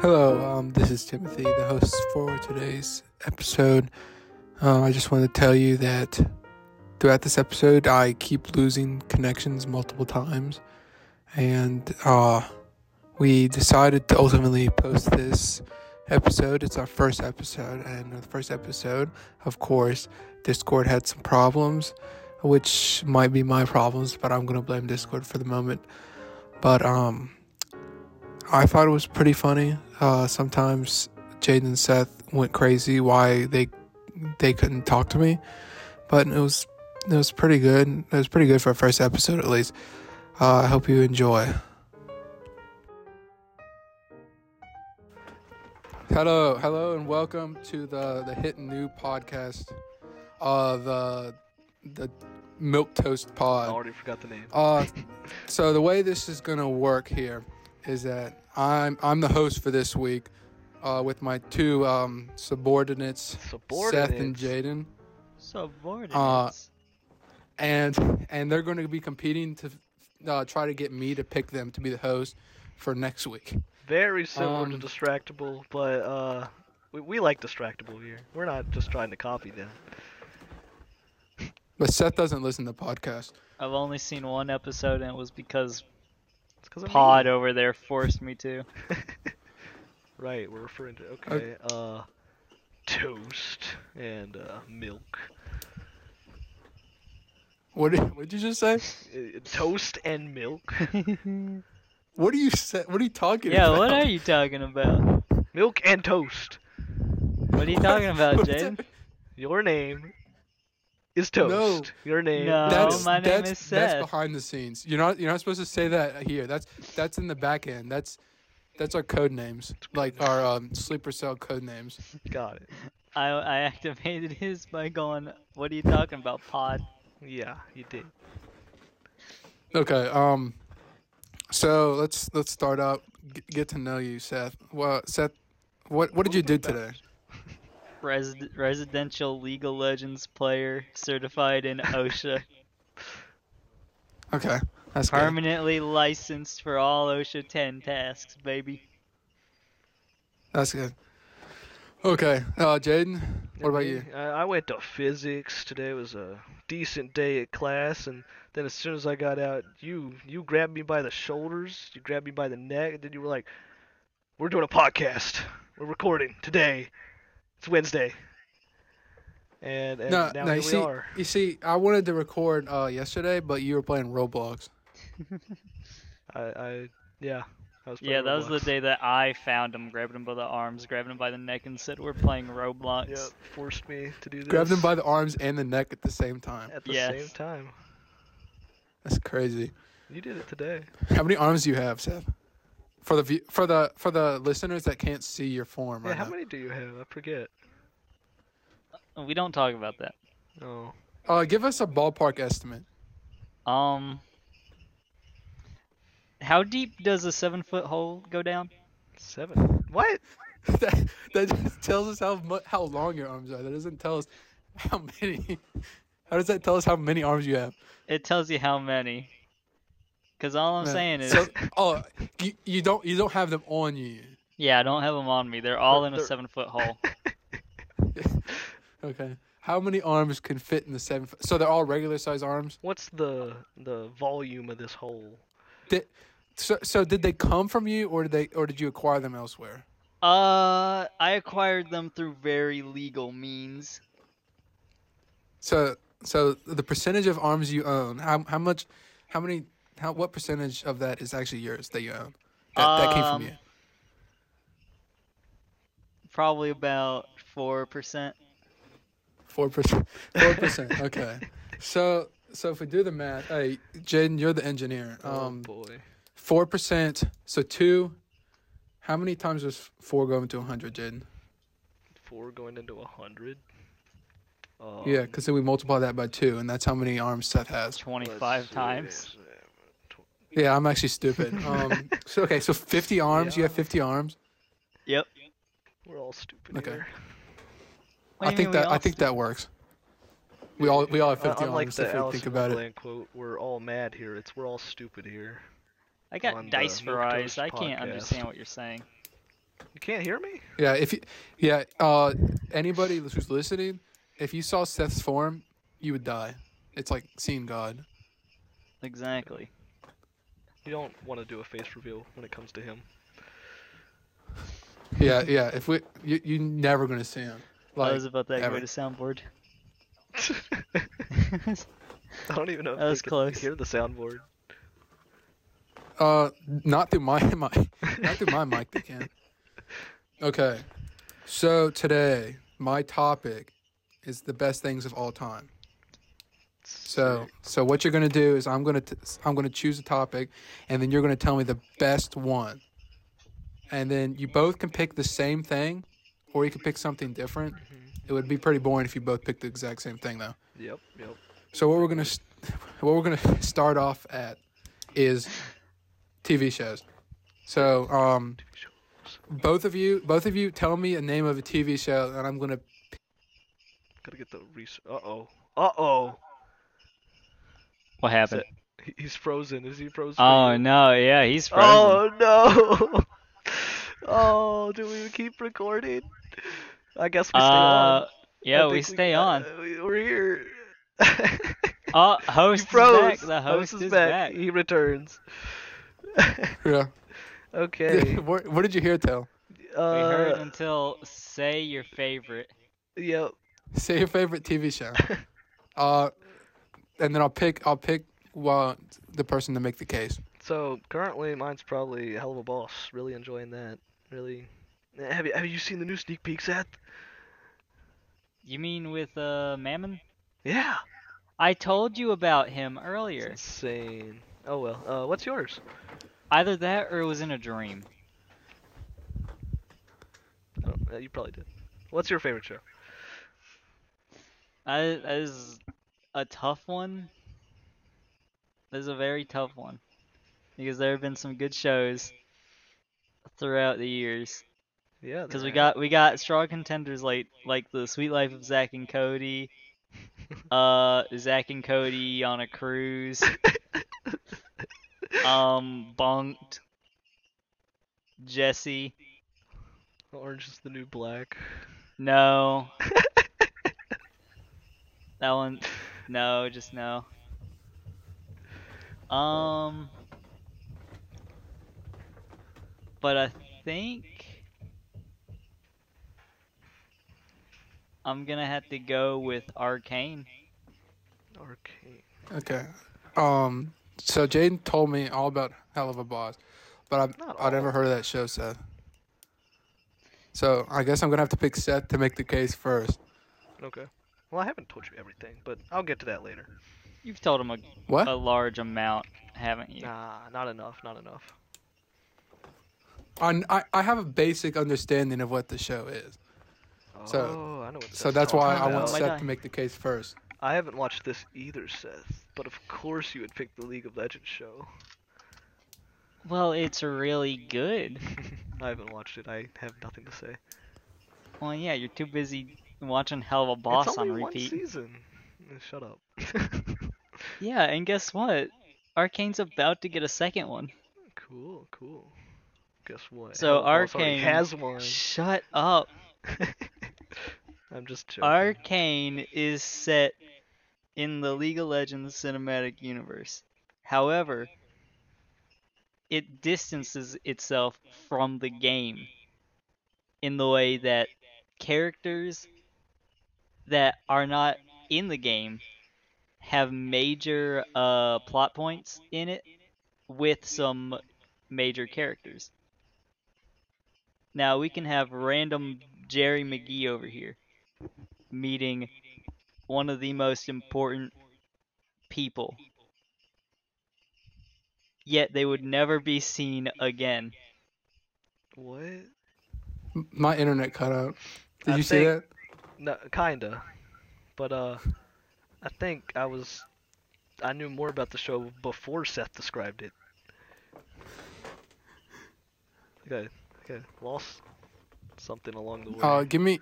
Hello, um, this is Timothy, the host for today's episode. Um, I just want to tell you that throughout this episode, I keep losing connections multiple times, and uh, we decided to ultimately post this episode. It's our first episode, and the first episode, of course, Discord had some problems, which might be my problems, but I'm gonna blame Discord for the moment. But um, I thought it was pretty funny. Uh, sometimes Jaden and Seth went crazy why they they couldn't talk to me, but it was it was pretty good. It was pretty good for a first episode at least. Uh, I hope you enjoy. Hello, hello, and welcome to the the hit new podcast, uh, the the milk toast I pod. already forgot the name. Uh, so the way this is gonna work here is that I'm I'm the host for this week, uh, with my two um, subordinates, Subordinates. Seth and Uh, Jaden, Subordinates. and and they're going to be competing to uh, try to get me to pick them to be the host for next week. Very similar um, to Distractable, but uh, we, we like Distractable here. We're not just trying to copy them. But Seth doesn't listen to podcasts. I've only seen one episode, and it was because It's 'cause of Pod me. over there forced me to. Right, we're referring to okay. Uh, toast and uh, milk. What did, what did you just say? Uh, toast and milk. What are you sa- What are you talking yeah, about? what are you talking about? milk and toast. What are you talking about, What's Jaden? that? Your name is No. toast. Your name. No. is- That's Oh, my name that's, is that's Seth. behind the scenes. You're not you're not supposed to say that here. That's that's in the back end. That's that's our code names, like our um, sleeper cell code names. Got it. I I activated his by going. What are you talking about, Pod? Yeah, you did. Okay. Um. So let's let's start out. G- get to know you, Seth. Well, Seth, what what did you do today? Res- residential League of Legends player, certified in OSHA, Okay, that's good. permanently licensed for all OSHA 10 tasks, baby. That's good. Okay, uh, Jaden, what about Me? you? I, I went to physics today. was a decent day at class, and then as soon as I got out, you you grabbed me by the shoulders, you grabbed me by the neck, and then you were like, "We're doing a podcast. We're recording today. It's Wednesday." And, and No, now no. You here we see, are. you see, I wanted to record uh, yesterday, but you were playing Roblox. I, I yeah. I was Yeah, playing that was the Roblox. day that I found him, grabbed him by the arms, grabbed him by the neck, and said, "We're playing Roblox." Yep, forced me to do this. Grabbed him by the arms and the neck at the same time. at the same Yes. time. That's crazy. You did it today. How many arms do you have, Seth? For the view, for the for the listeners that can't see your form Yeah, right how now. many do you have? I forget. We don't talk about that. Oh, Uh, give us a ballpark estimate. Um, how deep does a seven foot hole go down? seven. What? that, that just tells us how mu- how long your arms are. That doesn't tell us how many. How does that tell us how many arms you have? It tells you how many. Cause all I'm Man, saying is, so, oh, you, you don't you don't have them on you. yeah, I don't have them on me. They're all in a They're- seven foot hole. Okay. How many arms can fit in the seven? Foot? So they're all regular size arms. What's the the volume of this hole? Did, so so did they come from you, or did they or did you acquire them elsewhere? uh, I acquired them through very legal means. So so the percentage of arms you own, how how much, how many, how what percentage of that is actually yours that you own? That, that came from Um, you. Probably about four percent. Four percent. Four percent. Okay. So so if we do the math, hey Jaden, you're the engineer. Um, oh boy. four percent. So two. How many times does four go into hundred, Jaden? Four going into a hundred. Um, Yeah, because then we multiply that by two, and that's how many arms Seth has. Twenty let's five see, times. Yeah, I'm actually stupid. Um, so okay, so fifty arms. You have Yeah. fifty arms. Yep. We're all stupid Okay. here. What do I you think mean we that I all think st- that works. We all we all have Uh, fifty unlike arms the if we Alice think in about it. Wonderland quote, "We're all mad here." It's we're all stupid here. I on got the dice for Milk eyes. Toast I can't podcast. understand what you're saying. You can't hear me? Yeah, if you, yeah, uh, anybody who's listening, if you saw Seth's form, you would die. It's like seeing God. Exactly. You don't want to do a face reveal when it comes to him. Yeah, yeah. If we, you, you're never gonna see him. I Like, was about that ever. great a soundboard. I don't even know if That they was could close. hear the soundboard. uh, not through my mic, not through my mic. They can. Okay, so today my topic is the best things of all time. So, so what you're gonna do is I'm gonna t- I'm gonna choose a topic, and then you're gonna tell me the best one, and then you both can pick the same thing, or you can pick something different. It would be pretty boring if you both picked the exact same thing, though. Yep, yep. So what we're gonna st- what we're gonna start off at is TV shows. So um, both of you both of you tell me a name of a TV show, and I'm gonna Gotta get the research. Uh oh. Uh oh. What happened? He's frozen. Is he frozen? Oh no, yeah, he's frozen. Oh no! oh, do we keep recording? I guess we stay on. uh, I yeah, we think stay uh, on. we- we're here. Oh, he host is back. froze. The host, is, back. He returns. yeah. okay. what, what did you hear? Tell Uh, we heard until say your favorite. Yep. say your favorite TV show, uh, and then I'll pick I'll pick well the person to make the case. So currently, mine's probably a hell of a boss. Really enjoying that. Really. Eh, Have you Have you seen the new sneak peek, Seth? You mean with uh Mammon? Yeah. I told you about him It's earlier. insane. Oh well. Uh, what's yours? Either that or it was in a dream. Oh, yeah, you probably did. What's your favorite show? I, that is a tough one. That is a very tough one. Because there have been some good shows throughout the years. Yeah. Because there we are. got we got strong contenders like like the Sweet Life of Zach and Cody, uh Zach and Cody on a cruise, um Bonked, Jesse. Orange is the new black. No. that one. No, just no. Um. But I think. I'm gonna have to go with Arcane. Arcane. Okay. Um. So Jaden told me all about Hell of a Boss, but I've Not I never all. heard of that show, Seth. So I guess I'm gonna have to pick Seth to make the case first. Okay. Well, I haven't told you everything, but I'll get to that later. You've told him a, What? Oh. a large amount, haven't you? Nah, not enough. Not enough. I, I I have a basic understanding of what the show is, So- oh, I know what so Seth's that's why I talking want about. my Seth guy. to make the case first. I haven't watched this either, Seth. But of course you would pick the League of Legends show. Well, it's really good. I haven't watched it. I have nothing to say. Well, yeah, you're too busy watching Hell of a Boss it's only on repeat. one season. Eh, Shut up. Yeah, and guess what? Arcane's about to get a second one. cool, cool. Guess what? Hell, So Boss already Arcane- has one. Shut up. I'm just joking. Arcane is set in the League of Legends cinematic universe. However, it distances itself from the game in the way that characters that are not in the game have major uh, plot points in it with some major characters. Now we can have random Jerry McGee over here meeting one of the most important people. Yet they would never be seen again. What? M- My internet cut out. Did I you see that? think- No, kinda. But uh, I think I was. I knew more about the show before Seth described it. Okay, okay, lost something along the way. Uh, give me,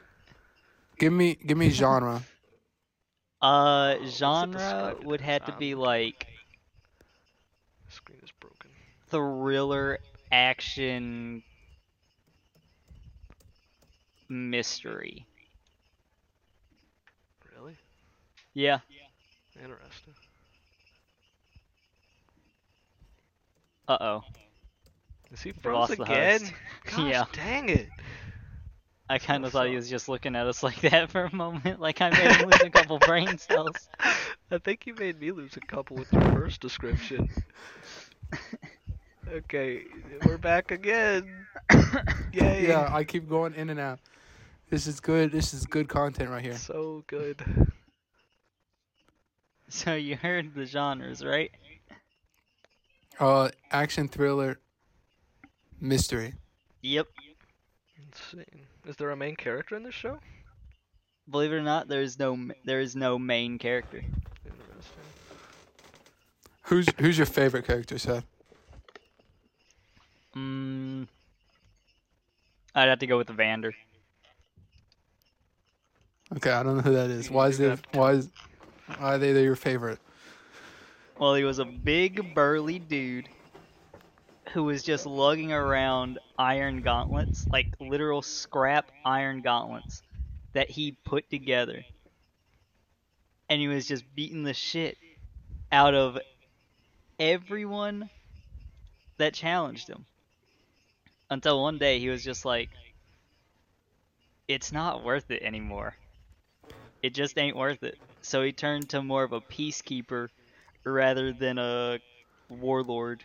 give me, give me genre. Uh, it genre described would as? have to Um, be like Screen is broken. thriller, action, mystery. Really? Yeah. Interesting. Uh oh. Is he We froze lost the again? host. Gosh, Yeah. dang it. I kind What's of thought he up? was just looking at us like that for a moment, like I made him lose a couple brain cells. I think you made me lose a couple with your first description. Okay, we're back again. Yay. Yeah, I keep going in and out. This is good. This is good content right here. So good. So you heard the genres, right? Uh, action thriller, mystery. Yep. Insane. Is there a main character in this show? Believe it or not, there is no m- there is no main character. Interesting. Who's who's your favorite character, Seth? Mm, I'd have to go with the Vander. Okay, I don't know who that is. Why is it? Why is? Why are they they're your favorite? Well, he was a big burly dude who was just lugging around iron gauntlets, like literal scrap iron gauntlets that he put together. And he was just beating the shit out of everyone that challenged him. Until one day he was just like, it's not worth it anymore. It just ain't worth it. So he turned to more of a peacekeeper rather than a warlord.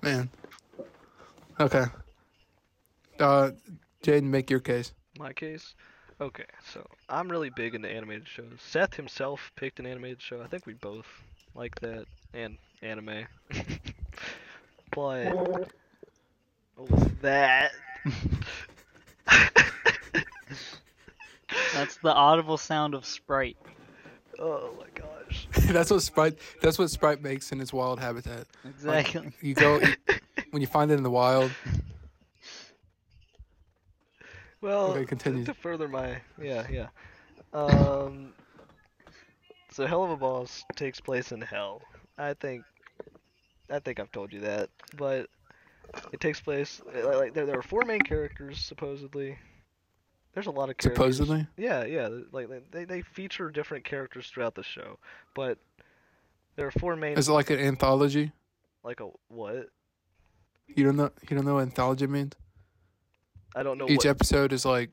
Man. Okay. Uh, Jaden, make your case. my case. Okay, so I'm really big into animated shows. Seth himself picked an animated show. I think we both like that and anime. but what was that? That's the audible sound of Sprite. Oh my gosh. that's what Sprite. That's what Sprite makes in its wild habitat. Exactly. You go when you find it in the wild. Well, Okay, t- continue. to further my yeah, yeah. Um, so Hell of a Boss takes place in hell. I think, I think I've told you that, but it takes place uh, like, like there there are four main characters supposedly. There's a lot of characters. Supposedly. Yeah, yeah. th- Like they- they they feature different characters throughout the show, but there are four main Is it like an anthology? like a what? You don't know. You don't know what anthology means. I don't know. Each what... episode is like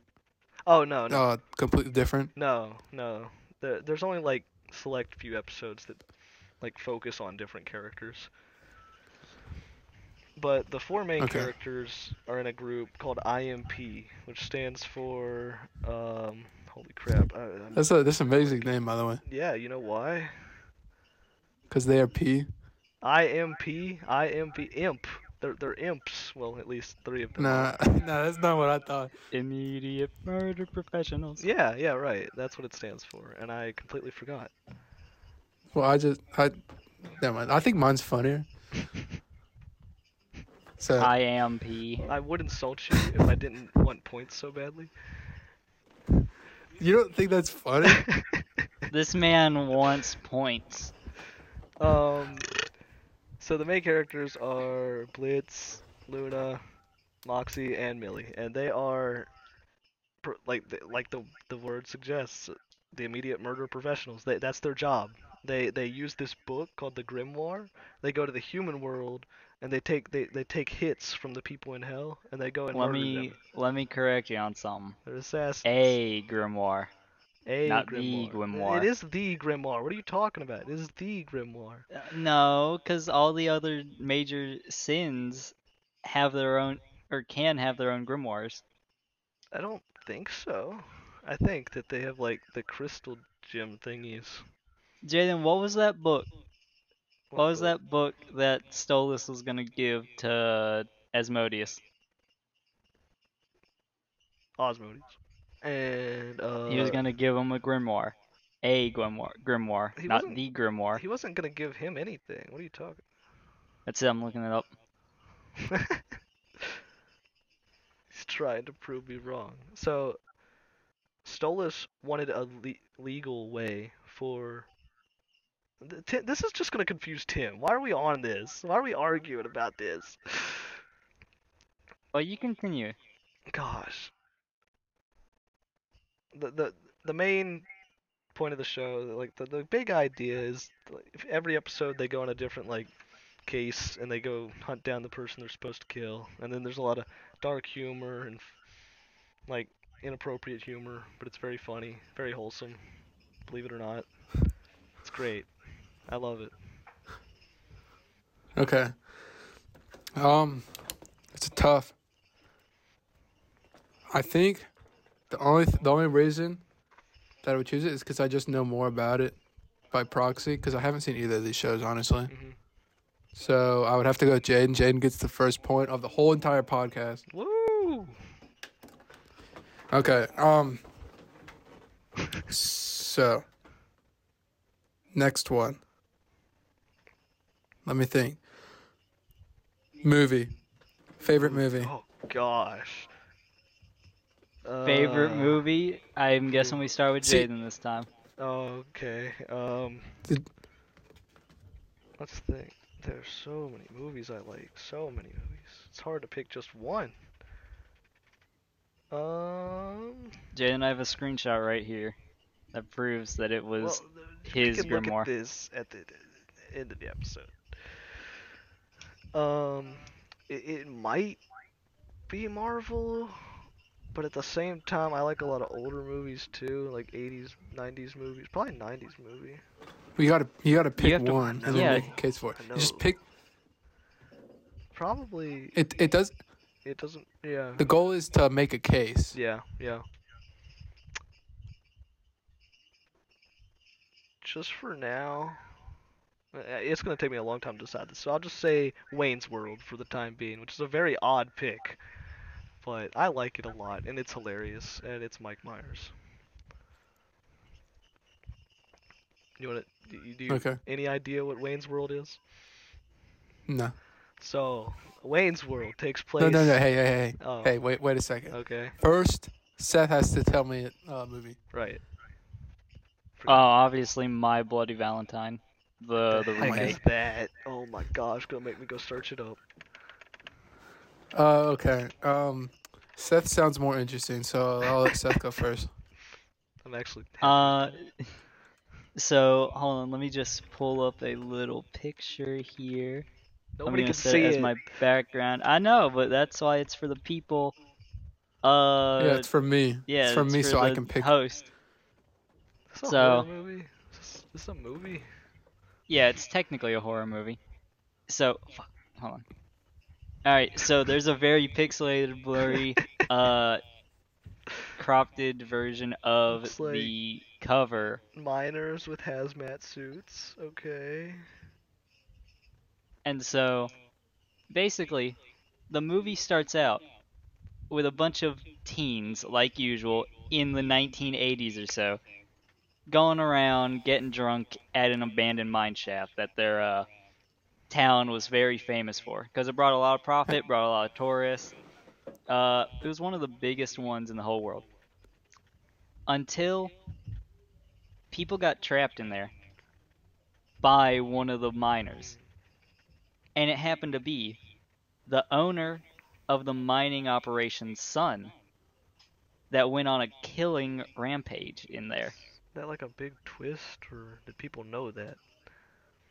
Oh no, no, uh completely different. No, no. There, there's only like select few episodes that like focus on different characters. But the four main Okay. characters are in a group called IMP, which stands for um. Holy crap! I, I'm- That's a that's an amazing name by the way, yeah, you know why? because they are P. IMP, IMP, imp. They're they're imps. Well, at least three of them. are. Nah, nah, that's not what I thought. Immediate murder professionals. Yeah, yeah, right. That's what it stands for, and I completely forgot. Well, I just I never mind. I think mine's funnier. So I am P. I would insult you if I didn't want points so badly. you don't think that's funny? This man wants points. Um, so the main characters are Blitz, Luna, Moxie, and Millie, and they are pr- like th- like the the word suggests, the immediate murder professionals. They, that's their job. They they use this book called the Grimoire. They go to the human world and they take they, they take hits from the people in hell and they go and Let murder me them. let me correct you on something. They're assassins. A grimoire. A not the grimoire. Grimoire. It is the grimoire. What are you talking about? It is the grimoire. Uh, No, because all the other major sins have their own or can have their own grimoires. I don't think so. I think that they have like the crystal gem thingies. Jaden, what was that book? What was the- that book that Stolas was gonna give to Asmodeus? Osmodes. And uh he was gonna give him a grimoire, a grimoire, grimoire, He not wasn't- the grimoire. he wasn't gonna give him anything. What are you talking? That's it. I'm looking it up. He's trying to prove me wrong. So Stolas wanted a le- legal way for Th- Ti- this is just gonna confuse Tim. Why are we on this? Why are we arguing about this? Well, you continue. gosh the the the main point of the show like the, the big idea is like, if every episode they go on a different like case and they go hunt down the person they're supposed to kill and then there's a lot of dark humor and like inappropriate humor but it's very funny very wholesome believe it or not it's great i love it Okay. Um, it's tough. I think the only th- the only reason that I would choose it is because I just know more about it by proxy because I haven't seen either of these shows honestly. Mhm. So I would have to go with Jaden. Jaden gets the first point of the whole entire podcast. woo Okay. Um. So. Next one. Let me think. Movie. Favorite movie. oh gosh Favorite Uh, movie? I'm guessing we start with See- Jaden this time. Okay. Um. Did- Let's think. There's so many movies I like. So many movies. It's hard to pick just one. Um. Jaden, I have a screenshot right here that proves that it Well, was. th- his we can look grimoire. at this at the the end of the episode. Um. It, it might be Marvel, but at the same time, I like a lot of older movies too, like 80s, 90s movies. Probably 90s movie. We gotta you gotta pick have to- one and yeah. then make a case for it. I You just know. pick Probably it. It does. it doesn't. Yeah. The goal is to make a case. Yeah, yeah. Just for now, uh, it's gonna take me a long time to decide this, so I'll just say Wayne's World for the time being, which is a very odd pick, but I like it a lot, and it's hilarious, and it's Mike Myers. You want to? Do you, do you Okay. any idea what Wayne's World is? No. So Wayne's World takes place. No. No. No. Hey. Hey. Hey. Oh, Hey. Wait. Wait a second. okay, First, Seth has to tell me a uh, movie. right. Oh, obviously, My Bloody Valentine, the the the heck remake. is that? Oh my gosh, gonna make me go search it up. Uh, okay. Um, Seth sounds more interesting, so I'll let Seth go first. I'm actually. Uh, so hold on, let me just pull up a little picture here. Nobody I'm can gonna set see it as it. my background. I know, but that's why it's for the people. Uh, yeah, it's for me. yeah, it's for me, so I the can pick. Host. It's a so- horror movie. Is This, this is a movie. Yeah, it's technically a horror movie. So, fuck, hold on. All right, so there's a very pixelated, blurry, uh, cropped version of Looks like- the cover, Miners with hazmat suits. Okay. and so basically, the movie starts out with a bunch of teens, like usual, in the 1980s or so, going around getting drunk at an abandoned mine shaft that their uh, town was very famous for because it brought a lot of profit, brought a lot of tourists. Uh, it was one of the biggest ones in the whole world. Until people got trapped in there by one of the miners. And it happened to be the owner of the mining operation's son that went on a killing rampage in there. Is that like a big twist, or did people know that?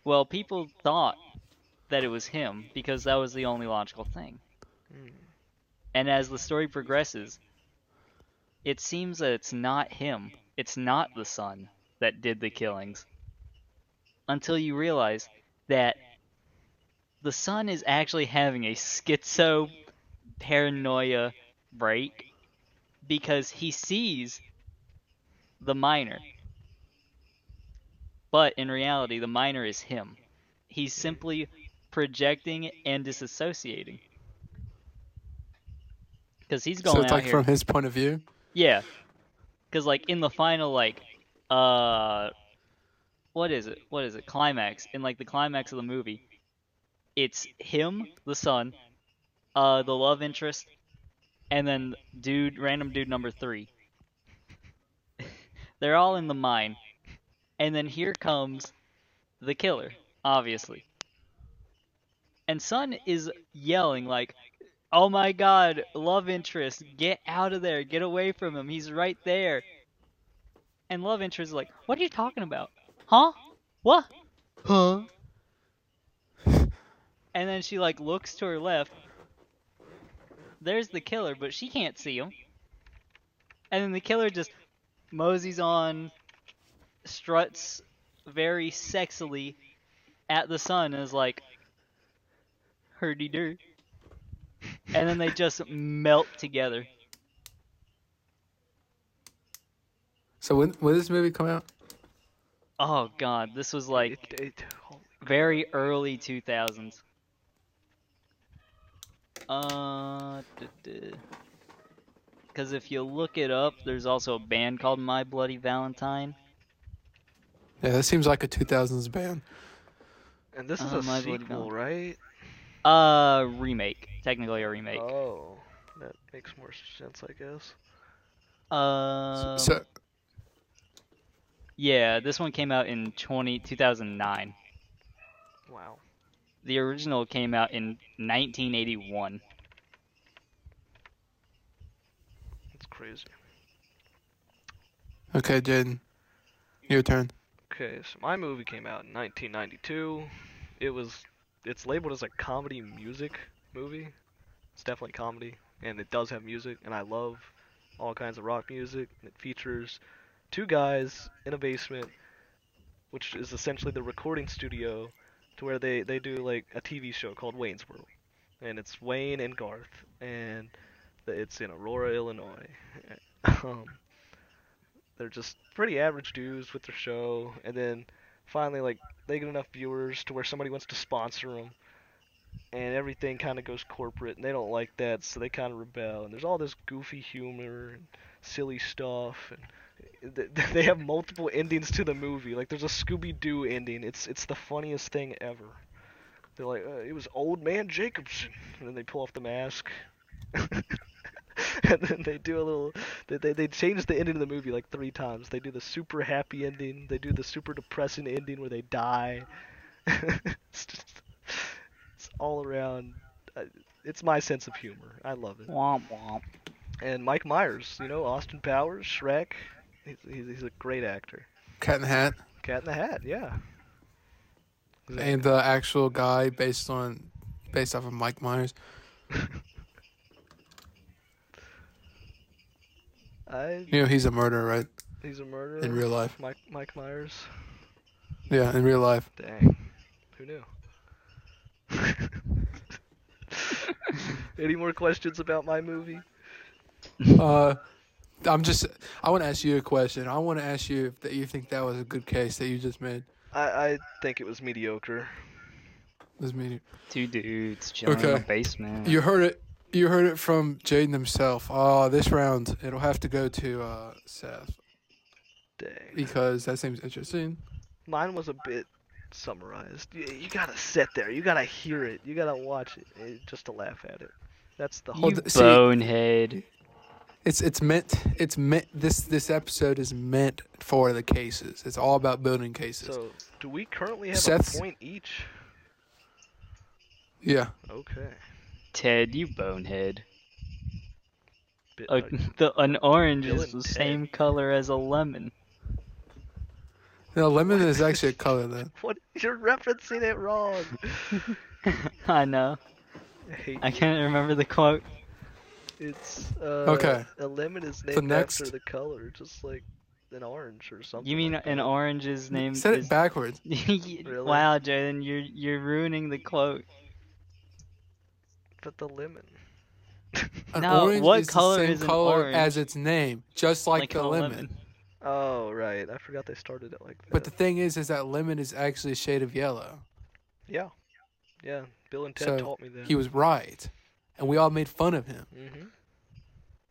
Well, people thought that it was him because that was the only logical thing. Hmm. And as the story progresses, it seems that it's not him, it's not the son that did the killings. Until you realize that the son is actually having a schizo paranoia break because he sees the miner. But in reality, the miner is him. He's simply projecting and disassociating. Because he's going So it's out like here. from his point of view. Yeah. Cause like in the final like uh what is it? What is it? Climax. In like the climax of the movie. It's him, the son, uh the love interest, and then dude random dude number three. They're all in the mine. And then here comes the killer, obviously. And Son is yelling like Oh my god, love interest, get out of there, get away from him, he's right there. And love interest is like, what are you talking about? Huh? What? Huh? and then she like looks to her left. There's the killer, but she can't see him. And then the killer just moseys on, struts very sexily at the sun and is like, hurdy dirt. And then they just melt together. So when when did this movie come out? Oh god, this was like It, it, holy- very early 2000s. Uh, because if you look it up, there's also a band called My Bloody Valentine. Yeah, that seems like a 2000s band. and this is Oh, a my bloody sequel, God. right? Uh, remake, technically a remake. Oh, that makes more sense, I guess. Uh, S- so yeah, this one came out in 20 2009. Wow. The original came out in 1981. That's crazy. okay, Jaden, your turn. Okay, so my movie came out in 1992. It was, it's labeled as a comedy music movie. It's definitely comedy, and it does have music, and I love all kinds of rock music. And it features two guys in a basement, which is essentially the recording studio, to where they they do like a TV show called Wayne's World, and it's Wayne and Garth, and th- it's in Aurora, Illinois. um, they're just pretty average dudes with their show, and then finally like they get enough viewers to where somebody wants to sponsor them, and everything kind of goes corporate, and they don't like that, so they kind of rebel. And there's all this goofy humor and silly stuff, and th- th- they have multiple endings to the movie. Like there's a Scooby Doo ending. It's it's the funniest thing ever. They're like, uh, it was Old Man Jacobson, and then they pull off the mask. and then they do a little they, they, they changed the ending of the movie like three times. They do the super happy ending. They do the super depressing ending where they die. it's just it's all around. uh, It's my sense of humor. I love it. Womp womp. And Mike Myers, you know Austin Powers, Shrek. He's he's, he's a great actor. Cat in the Hat Cat in the Hat, yeah. and the actual guy based on based off of Mike Myers. I, You know he's a murderer, right? he's a murderer. In real life. Mike Mike Myers. Yeah, in real life. Dang. Who knew? Any more questions about my movie? Uh, I'm just. I want to ask you a question. I want to ask you if that you think that was a good case that you just made. I, I think it was mediocre. This meeting. Two dudes chilling in Okay. a basement. You heard it. You heard it from Jaden himself. Uh, this round it'll have to go to uh, Seth Dang. because that seems interesting. Mine was a bit summarized. You, you gotta sit there. You gotta hear it. You gotta watch it eh, just to laugh at it. That's the whole. You th- see- bonehead. It's it's meant. It's meant. This this episode is meant for the cases. It's all about building cases. So, do we currently have Seth's- a point each? yeah. Okay. Ted, you bonehead. Bit A, ugly. the, an orange Dylan is the Ted. same color as a lemon. No, lemon is actually a color though. what? You're referencing it wrong. I know. I hate I can't remember the quote. It's uh, Okay. A lemon is The named after next- the color, just like an orange or something. You mean like an that. orange is named? Said is- it backwards. Really? Wow, Jaden, you're you're ruining the quote. But the lemon. An No, orange what is color the same is an color orange? as its name, just like, the an lemon. Oh right, I forgot they started it like that. But the thing is, is that lemon is actually a shade of yellow. yeah, yeah. Bill and Ted So, taught me that. He was right, and we all made fun of him hmm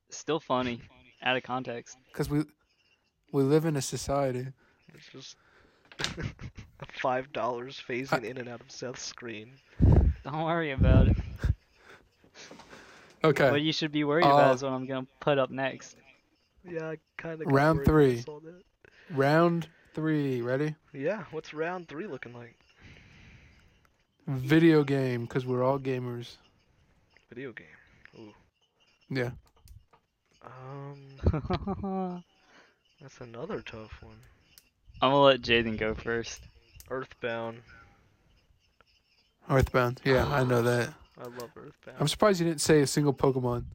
Still funny, out of context. because we we live in a society. It's just five dollars phasing in and out of Seth's screen. Don't worry about it. What Okay, you should be worried about Uh, is what I'm gonna put up next. Yeah, I kind of. Round three. Saw that. round three. Ready? Yeah, what's round three looking like? Video game because we're all gamers. Video game. Yeah. Um, I'm that's another tough one. gonna let Jaden go first. Earthbound. Earthbound. Yeah, I know that. I love Earthbound. I'm surprised you didn't say a single Pokemon.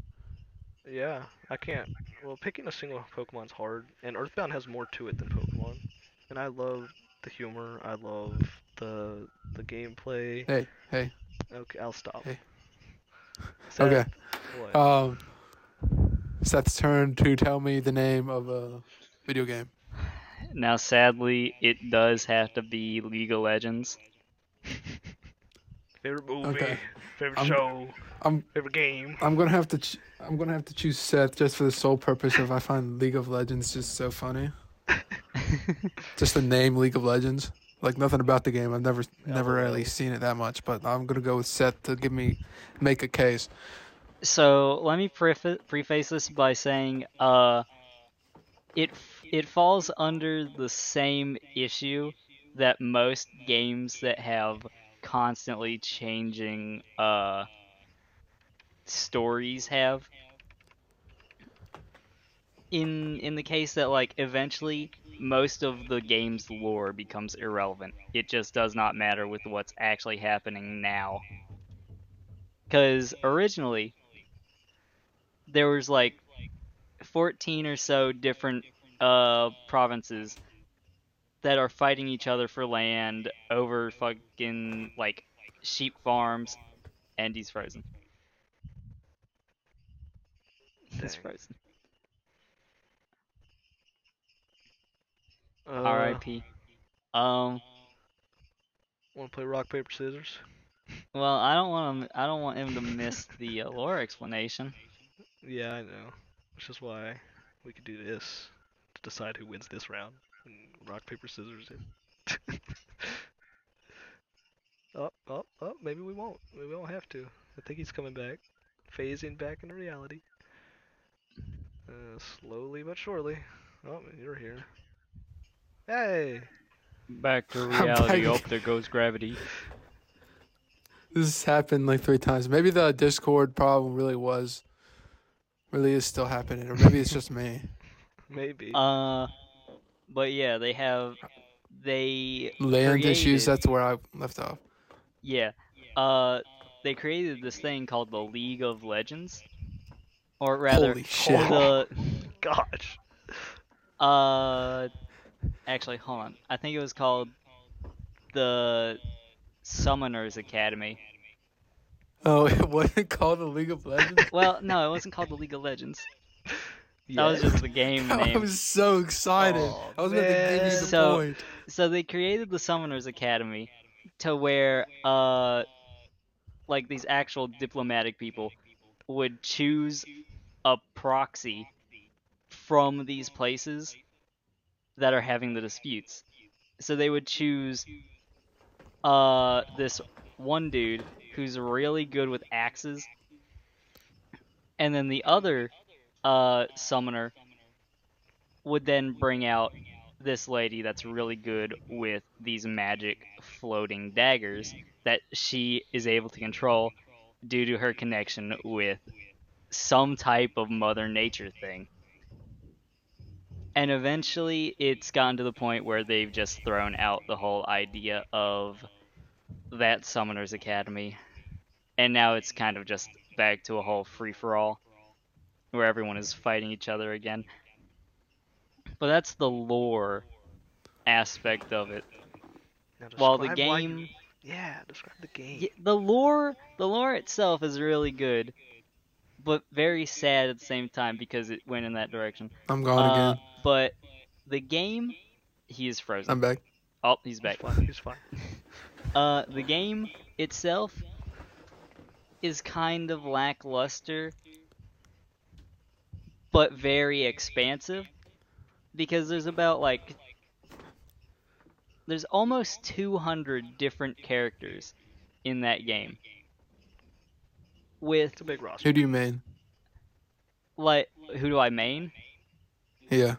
Yeah, I can't. Well, picking a single Pokemon's hard, and Earthbound has more to it than Pokemon. And I love the humor. I love the the gameplay. Hey, hey. Okay, I'll stop. Hey. Seth, okay. What? Um, Seth's turn to tell me the name of a video game. Now, sadly, it does have to be League of Legends. favorite movie. okay. Favorite I'm- show. I'm- favorite game. I'm gonna have to. Ch- I'm gonna have to choose Seth just for the sole purpose of I find League of Legends just so funny. just the name League of Legends, like nothing about the game. I've never, never really seen it that much. But I'm gonna go with Seth to give me, make a case. so let me prefa- preface this by saying, uh, it f- it falls under the same issue that most games that have constantly changing uh stories have. In in the case that like eventually most of the game's lore becomes irrelevant. It just does not matter with what's actually happening now. Cuz originally there was like 14 or so different uh provinces that are fighting each other for land over fucking like sheep farms and he's frozen. He's Dang. frozen. Uh, R.I.P. Um. Want to play rock paper scissors? Well, I don't want him. I don't want him to miss the uh, lore explanation. Yeah, I know. Which is why we could do this to decide who wins this round. And Rock, paper, scissors it. oh, oh, oh, maybe we won't. Maybe we won't have to. I think he's coming back. Phasing back into reality. Uh, slowly but surely. Oh, you're here. Hey! Back to reality, back. up there goes gravity. This has happened like three times. Maybe the Discord problem really was, really is still happening, or maybe it's just me. Maybe. Uh. But yeah, they have. They Land issues. Created. That's where I left off. Yeah. Uh, they created this thing called the League of Legends, or rather, Holy shit. the Gosh. uh, actually, hold on. I think it was called the Summoners Academy. Oh, it wasn't called the League of Legends. Well, no, it wasn't called the League of Legends. That was Yes. just the game I name. Oh, was so excited. Aw, I was about to give you man. the So- point. so they created the summoners academy to where uh like these actual diplomatic people would choose a proxy from these places that are having the disputes so they would choose uh this one dude who's really good with axes and then the other uh summoner would then bring out this lady that's really good with these magic floating daggers that she is able to control due to her connection with some type of mother nature thing. And eventually it's gotten to the point where they've just thrown out the whole idea of that summoner's academy. And now it's kind of just back to a whole free for all where everyone is fighting each other again. But that's the lore aspect of it. Now While the describe why you- game, Yeah, describe the game. y- the lore, the lore itself is really good, but very sad at the same time because it went in that direction. I'm gone Uh, again. but the game, he is frozen. I'm back. oh, he's He's back. fine. He's fine. Uh, the game itself is kind of lackluster, but very expansive because there's about like there's almost 200 different characters in that game with It's a big roster. Who do you mean? like who do i main Yeah.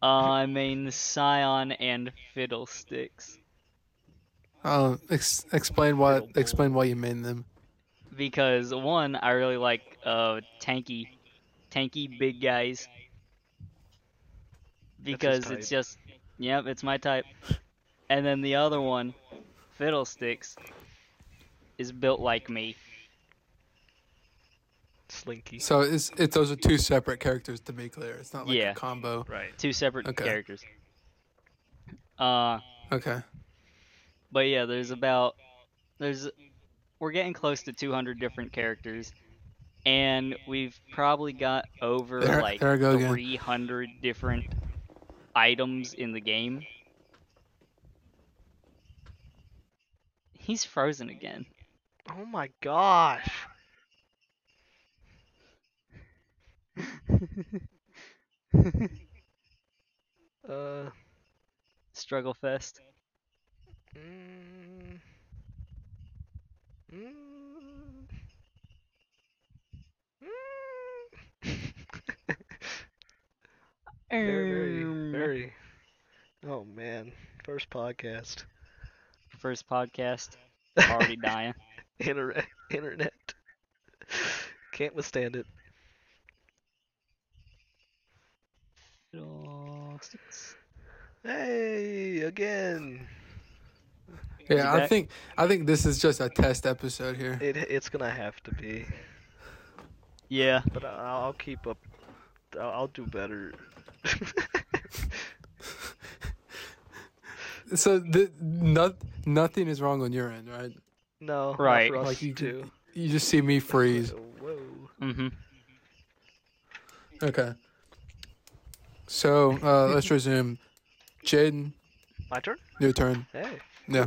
uh, i main scion and fiddlesticks Um. Ex- explain why. Explain why you mean them. because one, I really like uh tanky, tanky big guys. Because it's type. just, yep, it's my type. And then the other one, Fiddlesticks, is built like me. Slinky. So it's it those are two separate characters to be clear. It's not like Yeah. a combo. Right. Two separate Okay. characters. Uh, Okay. But yeah, there's about there's we're getting close to 200 different characters, and we've probably got over There- like there I go again. 300 different items in the game. He's frozen again. Oh my gosh. Uh. Struggle fest. Mm. Mm. Mm. very, very, Erm. very. Oh man, first podcast. First podcast. Already dying. Internet, internet. Can't withstand it. Fiddlesticks. Hey, again. Is it Yeah, I back? think I think this is just a test episode here. It it's gonna have to be, Yeah. but I- I'll keep up. I'll, I'll do better. So the not, nothing is wrong on your end, right? no, Right. Not for us Like you could too. You just see me freeze. Whoa. Mm-hmm. Okay. So uh, let's resume. Jaden, My turn. your turn. Hey. Yeah.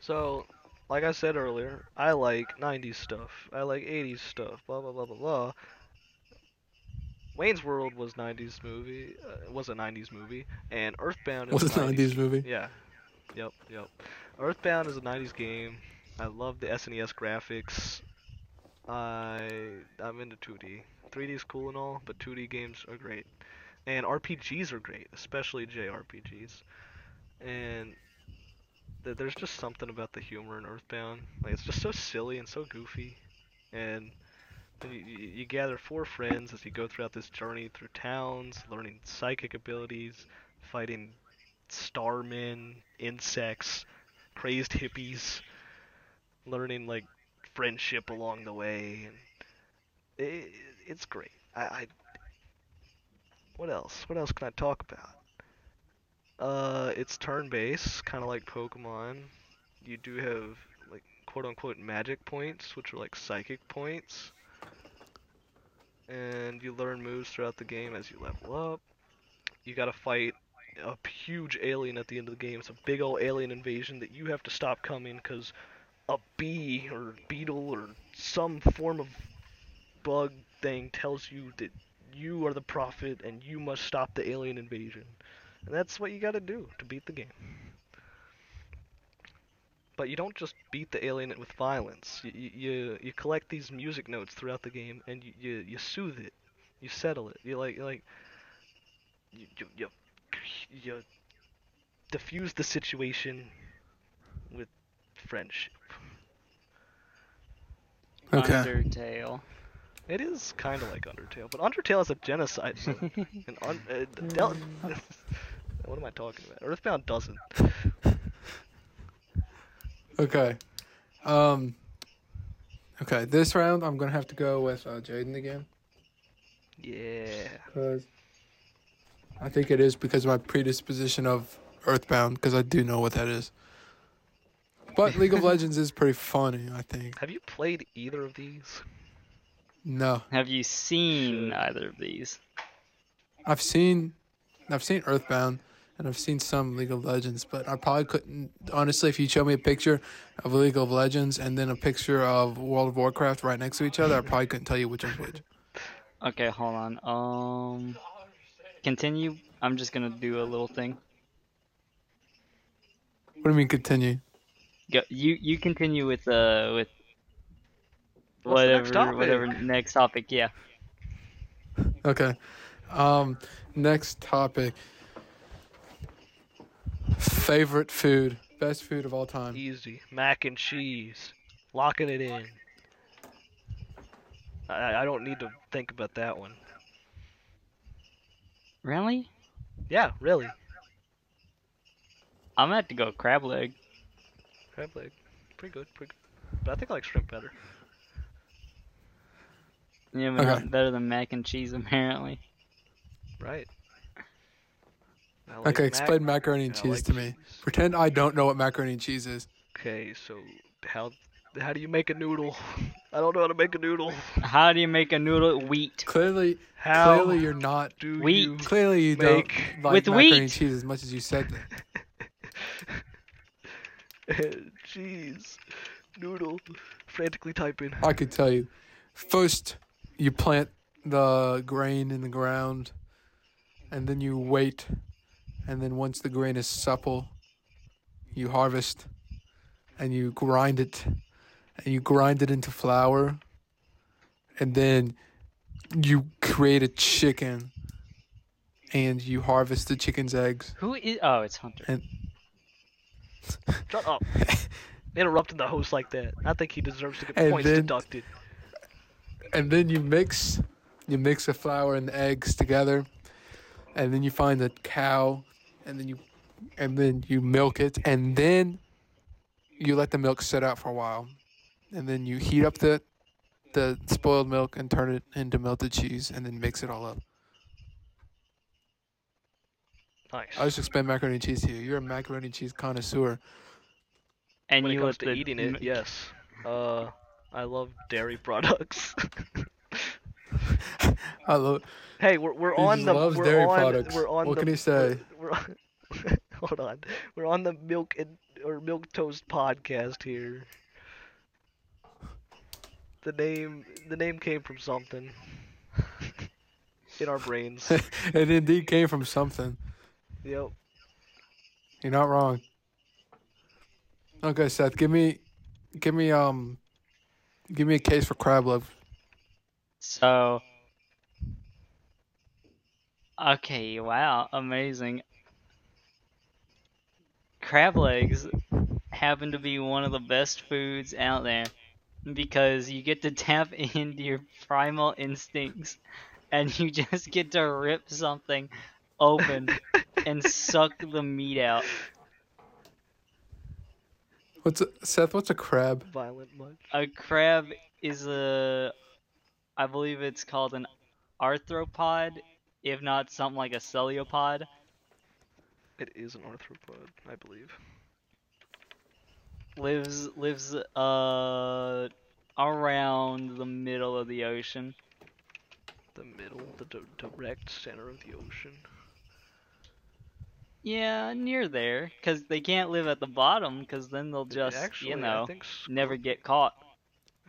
So, like I said earlier, I like 90s stuff. I like 80s stuff. Blah blah blah blah blah. Wayne's World was 90s movie. Uh, was a 90s movie, and Earthbound is What's a 90s, 90s movie? Yeah. Yep. Yep. Earthbound is a 90s game. I love the SNES graphics. I I'm into 2D. 3D is cool and all, but 2D games are great, and RPGs are great, especially JRPGs. And th- there's just something about the humor in Earthbound. Like it's just so silly and so goofy, and then you, you you gather four friends as you go throughout this journey through towns, learning psychic abilities, fighting starmen, insects, crazed hippies, learning like friendship along the way, and it, it's great. I, I what else? What else can I talk about? Uh, it's turn-based, kind of like Pokemon. You do have like quote-unquote magic points, which are like psychic points, and you learn moves throughout the game as you level up. You gotta fight a huge alien at the end of the game. It's a big old alien invasion that you have to stop coming because a bee or beetle or some form of bug thing tells you that you are the prophet and you must stop the alien invasion. And that's what you gotta do to beat the game. But you don't just beat the alien with violence. You, you, you collect these music notes throughout the game and you, you, you soothe it. You settle it. You like, you like, you, you, you you diffuse the situation with friendship. Okay. Undertale. It is kind of like Undertale, but Undertale is a genocide. mode, and un- uh, Del- what am I talking about? Earthbound doesn't. Okay. Um. Okay. This round, I'm gonna have to go with uh, Jaden again Yeah. because I think it is because of my predisposition of Earthbound because I do know what that is. But League of Legends is pretty funny. I think. Have you played either of these? No, Have you seen Should. either of these? I've seen, I've seen Earthbound, and I've seen some League of Legends, but I probably couldn't. Honestly, if you show me a picture of League of Legends and then a picture of World of Warcraft right next to each other, I probably couldn't tell you which is which. Okay, hold on. Um, continue. I'm just gonna do a little thing. What do you mean continue? Go, you you continue with uh with What's the whatever next topic? whatever next topic. Yeah. Okay. Um, next topic. Favorite food, best food of all time. Easy. Mac and cheese. Locking it in. I, I don't need to think about that one. Really? Yeah, really. I'm gonna have to go crab leg. Crab leg. Pretty good, pretty good. But I think I like shrimp better. Yeah, but Okay. not better than mac and cheese apparently. Right. I like Okay, mac- explain macaroni and I cheese like to me. cheese. Pretend I don't know what macaroni and cheese is. Okay, so how how do you make a noodle? I don't know how to make a noodle. How do you make a noodle wheat? Clearly, How clearly you're not. do Wheat. you? Clearly you Make- don't like With macaroni wheat. and cheese as much as you said that. Cheese, noodle. Frantically typing. I could tell you. First, you plant the grain in the ground, and then you wait, and then once the grain is supple, you harvest, and you grind it, and you grind it into flour, and then you create a chicken, and you harvest the chicken's eggs. Who is? Oh, it's Hunter. Shut up. Interrupting the host like that. I think he deserves to get And points then- deducted. and then you mix you mix the flour and the eggs together and then you find the cow and then you and then you milk it and then you let the milk sit out for a while and then you heat up the the spoiled milk and turn it into melted cheese and then mix it all up Nice. i just explained macaroni and cheese to you you're a macaroni and cheese connoisseur And when it you comes let to the eating it, m- yes. Uh, I love dairy products. i love hey, we're we're He on just the loves we're dairy on products. we're on What the can he say? we're, we're on, hold on, we're on the milk and or milk toast podcast here. The name the name came from something in our brains. it indeed came from something yep. You're not wrong. Okay, Seth, give me, give me, um, give me a case for crab leg. So. Okay, wow, amazing. Crab legs happen to be one of the best foods out there because you get to tap into your primal instincts and you just get to rip something open and suck the meat out. What's a, Seth? What's a crab? Violent much? A crab is a, I believe it's called an arthropod, if not something like a celiopod. It is an arthropod, I believe. Lives lives uh around the middle of the ocean. The middle, the d- direct center of the ocean. Yeah, near there, because they can't live at the bottom, because then they'll Dude, just Actually, you I know think squ- never get caught.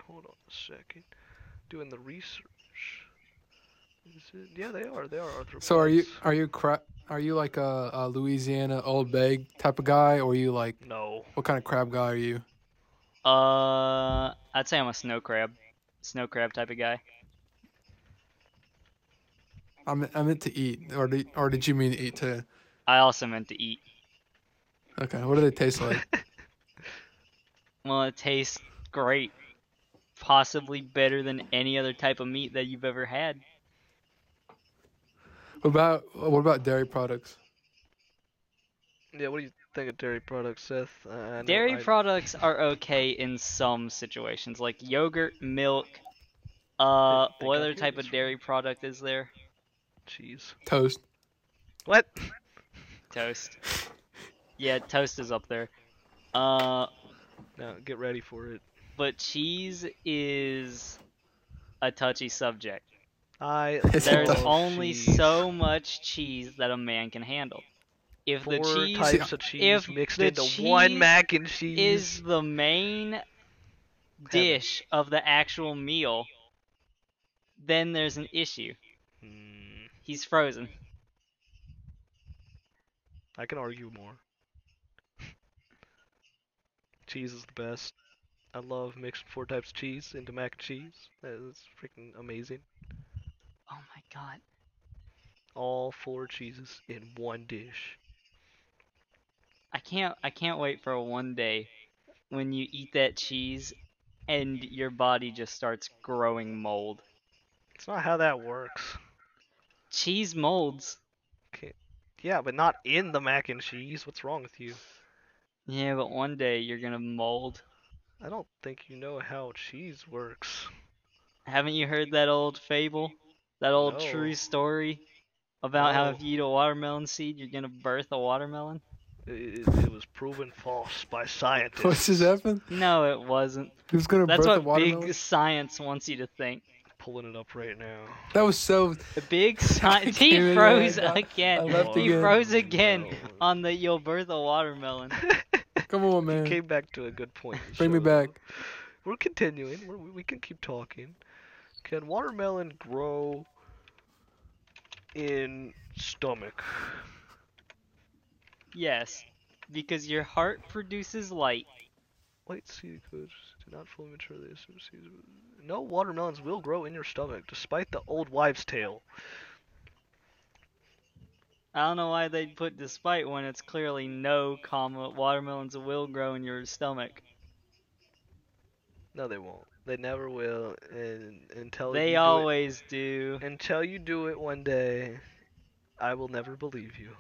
Hold on a second. Doing the research. Is it? Yeah, they are. They are arthropods. So are you are you crab? Are you like a, a Louisiana Old Bay type of guy, or are you like No. what kind of crab guy are you? Uh, I'd say I'm a snow crab, snow crab type of guy. I meant, I meant to eat, or did, or did you mean to eat too? I also meant to eat. Okay, what do they taste like? Well, it tastes great, possibly better than any other type of meat that you've ever had. what about what about dairy products? Yeah, what do you think of dairy products, Seth? Uh, I know Dairy I- products are okay in some situations, like yogurt, milk. Uh, think what I other hear type this one. of dairy product is there? Cheese. Toast. What? Toast. Yeah, toast is up there. Uh, No, get ready for it. but cheese is a touchy subject. I. It's a There's touchy- love only cheese. so much cheese that a man can handle. If Four the cheese types of cheese if mixed the into one cheese mac and cheese. is the main dish of the actual meal, then there's an issue. Hmm, He's frozen. I can argue more. cheese is the best. I love mixing four types of cheese into mac and cheese. That is freaking amazing. Oh my god. all four cheeses in one dish. I can't I can't wait for one day when you eat that cheese and your body just starts growing mold. It's not how that works. Cheese molds. Yeah, but not in the mac and cheese. What's wrong with you? Yeah, but one day you're gonna mold. I don't think you know how cheese works. Haven't you heard that old fable? That old true No. story about how if No. you eat a watermelon seed, you're gonna birth a watermelon? It, it, it was proven false by scientists. What's this happen? No, it wasn't. Who's gonna That's birth a what watermelon? big science wants you to think. Pulling it up right now. That was so. The big science. came he in froze and I- I again. left He again. froze again No. on the you'll birth a watermelon. Come on, man. Came back to a good point. to Bring me show back. that We're continuing. We're, we can keep talking. Can watermelon grow in stomach? Yes, because your heart produces light. Wait, see the coach. Do not fully mature the instant season. No watermelons will grow in your stomach, despite the old wives' tale. I don't know why they put despite when it's clearly no, comma, watermelons will grow in your stomach. No, they won't. They never will. And until Oh, you They do it- always do. until you do it one day, I will never believe you.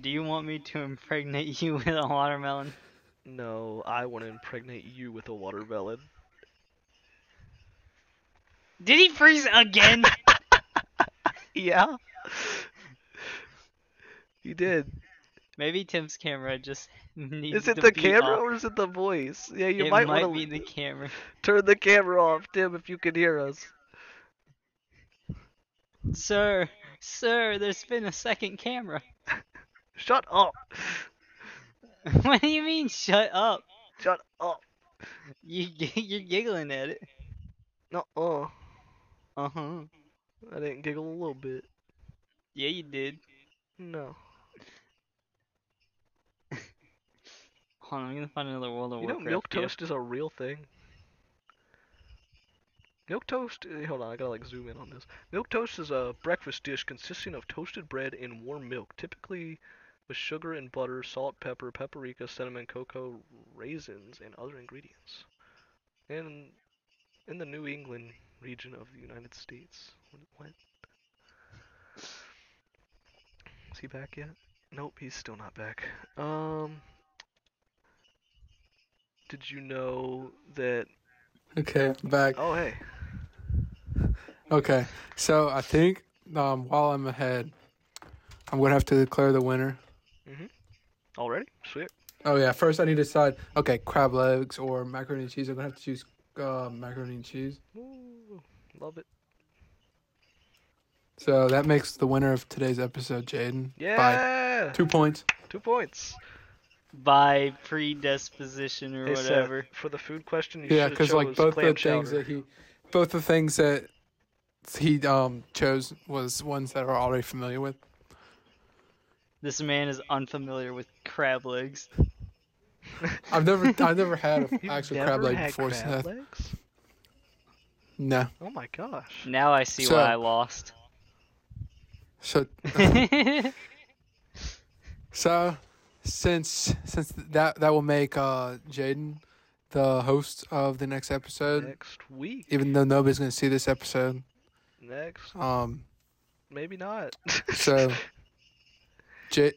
Do you want me to impregnate you with a watermelon? No, I want to impregnate you with a watermelon. Did he freeze again? Yeah. you did. Maybe Tim's camera just needs Is it to the be camera off. or is it the voice? Yeah, you it might, might, want be to the camera. turn the camera off, Tim, if you can hear us. Sir, sir, there's been a second camera. Shut up. what do you mean, shut up? Shut up. You gi- you're giggling at it. No, uh, Uh huh. I didn't giggle a little bit. Yeah, you did. No. Hold on, I'm gonna find another World of You know, Warcraft. milk gif. toast is a real thing. Milk toast. eh, Hold on, I gotta like zoom in on this. Milk toast is a breakfast dish consisting of toasted bread and warm milk, typically with sugar and butter, salt, pepper, paprika, cinnamon, cocoa, raisins, and other ingredients. And in the New England region of the United States. What? what? Is he back yet? Nope, he's still not back. Um. Did you know that? Okay, I'm back. Oh, hey. Okay, so I think um, while I'm ahead, I'm gonna have to declare the winner. Mm-hmm. Already? Sweet. Oh yeah, first I need to decide. Okay, crab legs or macaroni and cheese. I'm gonna have to choose uh, macaroni and cheese. Ooh, love it. So that makes the winner of today's episode Jaden. By Yeah. two points. Two points. by predisposition or Hey, Seth, whatever. for the food question, you Yeah, should have because chose like both the clam things chowder. that he, both the things that he um chose was ones that are already familiar with. This man is unfamiliar with crab legs. I've never, I've never had an You've actual never crab leg had before. crab Seth. legs? No. Oh my gosh. Now I see So- why I lost. So That's So, since since that that will make uh, Jaden the host of the next episode, Next week. even though nobody's gonna see this episode. Next. Um, Maybe not. so, J,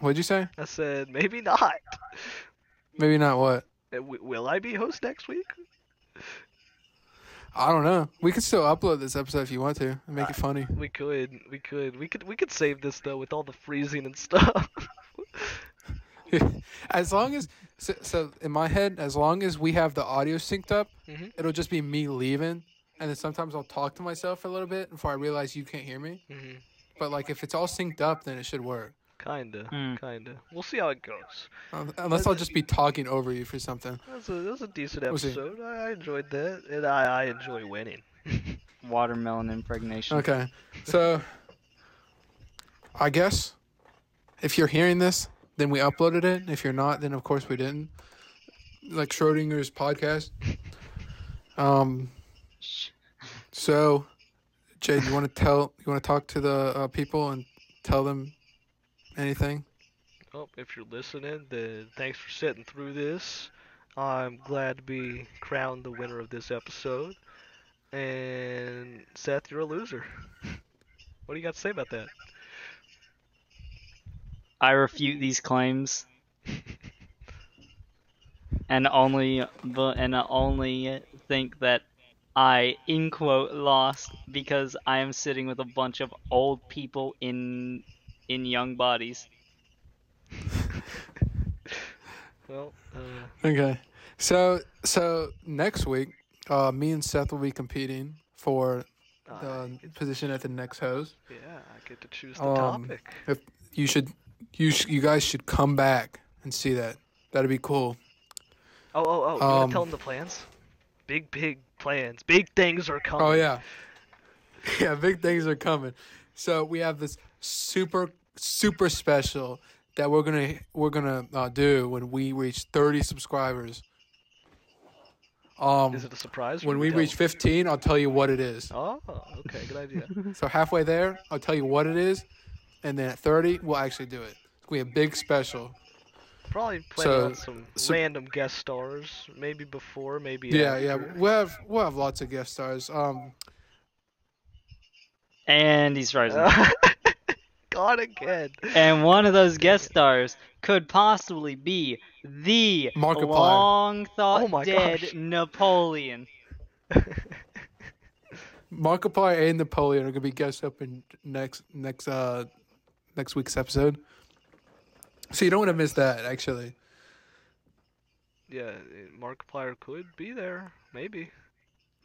what'd you say? I said maybe not. Maybe not. What? Uh, w- Will I be host next week? I don't know. We could still upload this episode if you want to and make it funny. We could. We could. We could. We could save this though with all the freezing and stuff. as long as so, so in my head, as long as we have the audio synced up, Mhm. it'll just be me leaving, and then sometimes I'll talk to myself for a little bit before I realize you can't hear me. Mhm. But like if it's all synced up, then it should work. Kinda. Mm. Hmm. Kinda. We'll see how it goes. Un- Unless I'll just be talking over you for something. That's a that's a decent We'll see. episode. I I enjoyed that, and I, I enjoy winning. watermelon impregnation. Okay. So, I guess if you're hearing this, then we uploaded it. If you're not, then of course we didn't. Like Schrodinger's podcast. Um. Shh. So, Jade, you want to tell? You want to talk to the uh, people and tell them anything? Well, Oh, if you're listening, then thanks for sitting through this. I'm glad to be crowned the winner of this episode, And Seth, you're a loser. what do you got to say about that? I refute these claims. and only but and I only think that I in quote lost because I am sitting with a bunch of old people in in young bodies. Well, uh, Okay. So so next week, uh, me and Seth will be competing for I the get- position at the next host. yeah, I get to choose the um, topic. If you should, you sh- you guys should come back and see that. That'd be cool. Oh, oh, oh! You wanna um, tell them the plans. Big, big plans. Big things are coming. Oh yeah, yeah. Big things are coming. So we have this super super special that we're gonna we're gonna uh, do when we reach thirty subscribers. Um, Is it a surprise? or when you we tell reach them? fifteen, I'll tell you what it is. Oh, okay, good idea. So halfway there, I'll tell you what it is, and then at thirty, we'll actually do it. It's gonna be a big special. Probably planning So, on some so- random guest stars. Maybe before, maybe Yeah, yeah. after. We'll have we'll have lots of guest stars. Um, And he's rising. Uh, God again. and one of those guest stars could possibly be the Markiplier. long thought Oh my dead gosh. Napoleon. Markiplier and Napoleon are gonna be guests up in next next uh next week's episode. So you don't want to miss that. Actually, Yeah, Markiplier could be there. Maybe.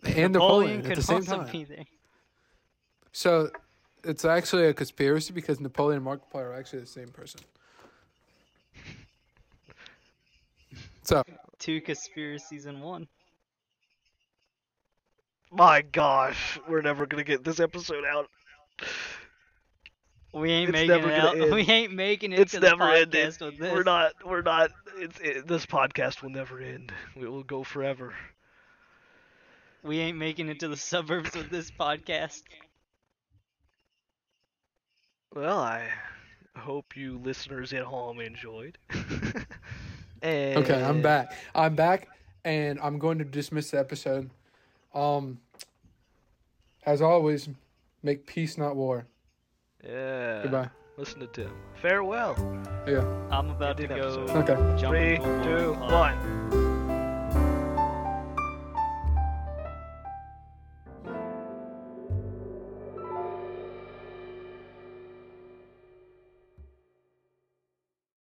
and Napoleon, could at the same also time. be there. So it's actually a conspiracy because Napoleon and Markiplier are actually the same person. So Two conspiracies in one. My gosh, we're never gonna get this episode out. We ain't It's making never it gonna out. end. We ain't making it It's to the never ending. podcast with this. We're not. We're not. It's it, this podcast will never end. It will go forever. We ain't making it to the suburbs with this podcast. Well, I hope you listeners at home enjoyed. and okay, I'm back. I'm back, and I'm going to dismiss the episode. Um, as always, make peace, not war. Yeah. Goodbye. Listen to Tim. Farewell. Yeah. I'm about to End go episode. Okay. jump Three, into a two, water park. one.